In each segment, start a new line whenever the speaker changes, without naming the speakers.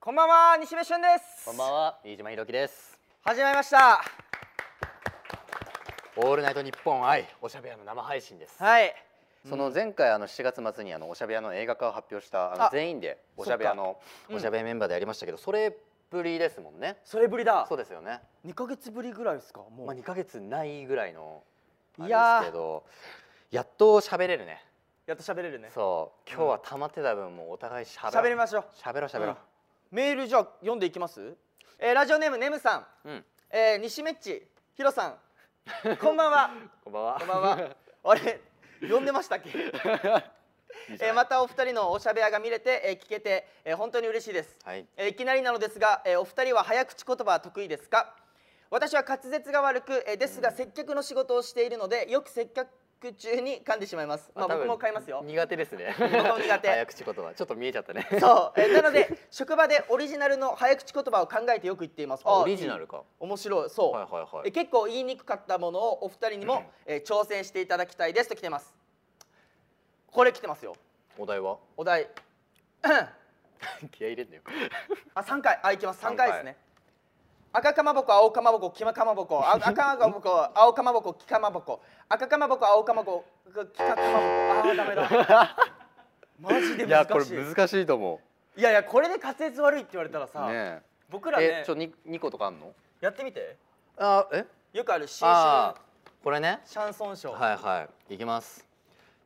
こんばんは西部俊です
こんばんは、飯島ひろきです。
始まりました
オールナイトニッポン愛、おしゃべりの生配信です。
はい
その前回あの7月末にあのおしゃべりの映画化を発表したあの
あ
全員でおしゃべりの
うん
おしゃべりメンバーでやりましたけど、それぶりですもんね。
それぶりだ
そうですよね。
2ヶ月ぶりぐらいですかもう、
まあ2ヶ月ないぐらいのあ
い
れ
やー
ですけど、やっと喋れるね。
やっと喋れるね
そう、今日は溜まってた分もうお互い喋
喋り
ろう。
ましょう
喋ろう喋ろう。
メールじゃあ読んでいきます、えー、ラジオネームネムさん、
うん。
えー、西メッチヒロさん こんばんは
こんばんは。
こんばん は あれ呼んでましたっけ、
いいじゃ
え
な
ー、
い
またお二人のおしゃべりが見れて、えー、聞けて、えー、本当に嬉しいです
はい。
えーいきなりなのですが、えーお二人は早口言葉は得意ですか私は滑舌が悪く、えーですが接客の仕事をしているのでよく接客中に噛んでしまいますまあ
多分
僕も買いますよ
苦手ですね。
僕も苦手
早口言葉、ちょっと見えちゃったね。
そう、えーなので職場でオリジナルの早口言葉を考えてよく言っていますあ
オリジナル
い
か
い。面白いそう、
はいはいは
え
い
ー結構言いにくかったものをお二人にも、えー挑戦していただきたいですと来てますこれ来てますよ
お題は。
お題
気合い入れんだよ。
あ三回あいきます三回
三
で
回
すね赤かまぼこ青かまぼこ黄まかまぼ こあ赤かまぼこ青かまぼこ黄かまぼこ赤かまぼこ青かまぼこ黄かまぼこあーダメだ マジで
いや
難
これ
しいいや
難しいと思
いやこれで滑舌悪いって言われたら
う。
さ、
ね
僕ら
え
ね
え、ちょに二個とかあんの？
やってみて
あえ？
よくある新
あ
春
ーこれね。
シャンソンショー、
はいはい。いきます。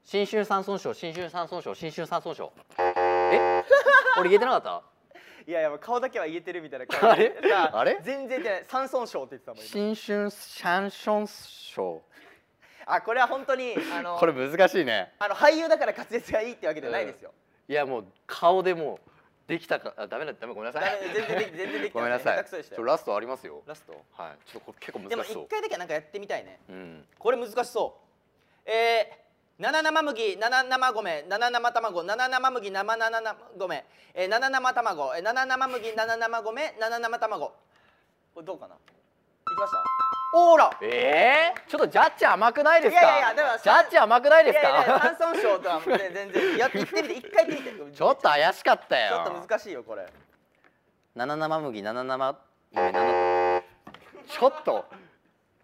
新春三尊賞、新春三尊賞、新春三尊賞。 え？俺言えてなかっ
い、やいや顔だけは言えてるみたいな感
あれ
さ
あれ
全然言ってない三尊ショーって言ってたも
た？
ん今
新春シャンション賞。
あこれは本当にあの
これ難しいね。
あの俳優だから滑舌がいいってわけじゃないですよ、
いやもう顔でもうできたかあダメだダメごめんなさい
ダメ。全然でき全然できて
ご
な
め
い
んなさ
下
い
手くそでし。た
ちょ
よ
ラストありますよ。
ラスト
はい。ちょっとこれ結構
でも
難し
一
そう。
回だけなんかやってみたいね
うん。
これ難しそうえー、七生麦七生米七生卵七生麦生七生米、えー、七生卵えー七生麦七生米七生卵これどうかないきましたオーラ
ええちょっとジャッジ甘くないですか？
いやいやいやでも
ジャッジ甘くないですか？
い やいや炭酸症とは全然やってみて一回やってみて
ちょっと怪しかったよ。
ちょっと難しいよこれ
七生麦七生米七ちょっと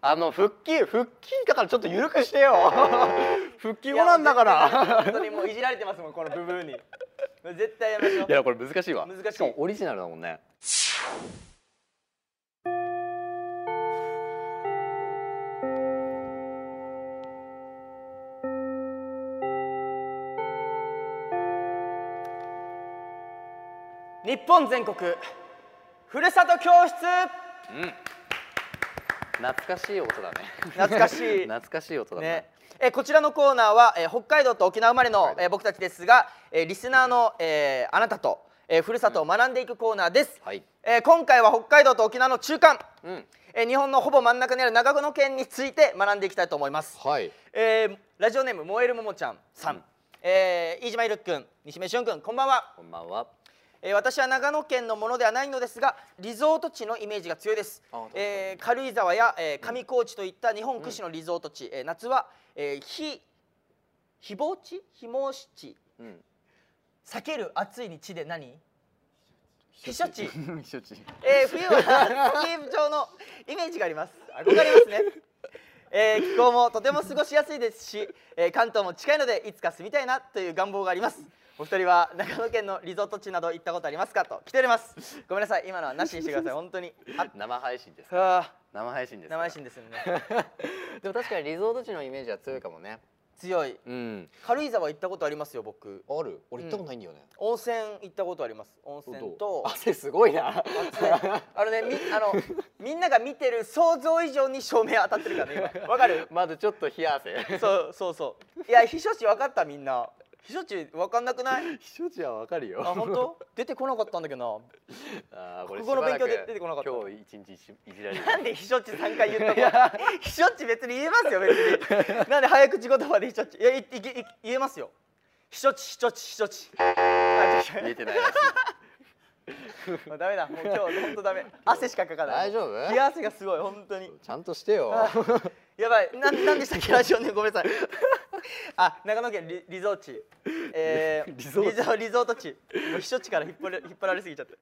あの腹筋腹筋だからちょっと緩くしてよ。腹筋もなんだか
いやもう
ら。
絶対本当にもういじられてますもんこの部 分に絶対やめましょう
いやこれ難しいわ。
難しい
しかもオリジナルだもんね。
日本全国ふるさと教室
懐かしい音だね。
懐かしい
懐かしい音だね。
ねえーこちらのコーナーは、えー北海道と沖縄生まれの、えー僕たちですが、えーリスナーの、えーあなたと、えーふるさとを学んでいくコーナーです、
はい
えー今回は北海道と沖縄の中間、
うん。
えー日本のほぼ真ん中にある長野県について学んでいきたいと思います、
はい。
えーラジオネーム燃えるももちゃんさん、
うん
えー飯島いるくん西目俊くんこんばんは
こんばんは。
えー私は長野県のものではないのですがリゾート地のイメージが強いです
あ確、かに
えー軽井沢や、えー上高地といった日本屈指のリゾート地、えー夏は、えー、ひひぼうちひもうし地
うん。
避ける暑いに地で何避暑地、
避暑地。
えー冬はスキー場のイメージがあります憧れますね、えー気候もとても過ごしやすいですし、えー関東も近いのでいつか住みたいなという願望がありますお二人は長野県のリゾート地など行ったことありますかと来ておりますごめんなさい今のはなしにしてください本当にあ
生配信です。
あ
生配信です。
ー生配信ですよね
でも確かにリゾート地のイメージは強いかもね。
強い
うん。
軽井沢行ったことありますよ僕
ある。俺行ったことないんだよね。
温泉行ったことあります温泉と
汗すごいな。
あのねみあのみんなが見てる想像以上に照明当たってるからね今わかる
まずちょっと冷や 汗。
そうそうそういや避暑地分かったみんな避暑地分かんなく ない
避暑地はわかるよ。
あ本当出てこなかったんだけど
あーこれ
国語の勉強で
しばら
出てこなかった
今日一日いじいじ られる
な。なんで避暑地3回言ったの避暑地別に言えますよ別 になんで早口言葉で避暑地いやいいい言えますよ避暑地避暑地避暑 地あ違
言え
う
てないらしい。
もうダメだもう今日本当ダメ汗しかかかない
大丈夫
冷や汗がすごい本当に
ちゃんとして よ。
あやばいななんでしたっけラジオねごめんなさいあ長野県リリゾー地えー、
リゾー地
リゾリゾート地もう避暑地から引っ張れ引っ張られすぎちゃって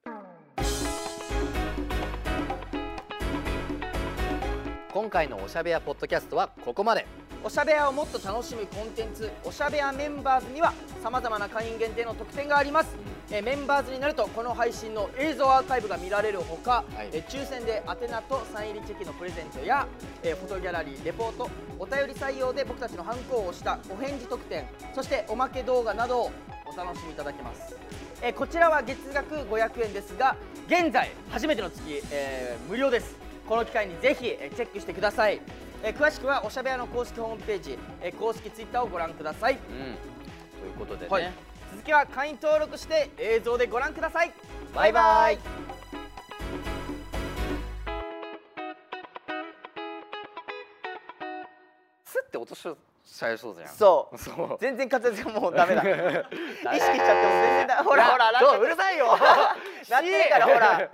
今回のおしゃべやポッドキャストはここまで
おしゃべやをもっと楽しむコンテンツおしゃべやメンバーズにはさまざまな会員限定の特典があります、えーメンバーズになるとこの配信の映像アーカイブが見られるほか、
はい
えー抽選で宛名とサイン入りチェキのプレゼントや、えーフォトギャラリーレポートお便り採用で僕たちのハンコを押したお返事特典そしておまけ動画などをお楽しみいただけます、えーこちらは月額500円ですが現在初めての月、えー無料ですこの機会にぜひえーチェックしてくださいえー詳しくはおしゃべやの公式ホームページ、えー公式ツイッターをご覧ください、
うんということでね、
はい、続きは会員登録して映像でご覧ください
バイバイスッて落としちゃいそうじゃん
そうう
そう
全然滑舌がもう ダメだ意識しちゃっても全然だ
ほ
ほ
ら
ら
ほ
ほ
ら
ら
そううるさいよ
なってるからほら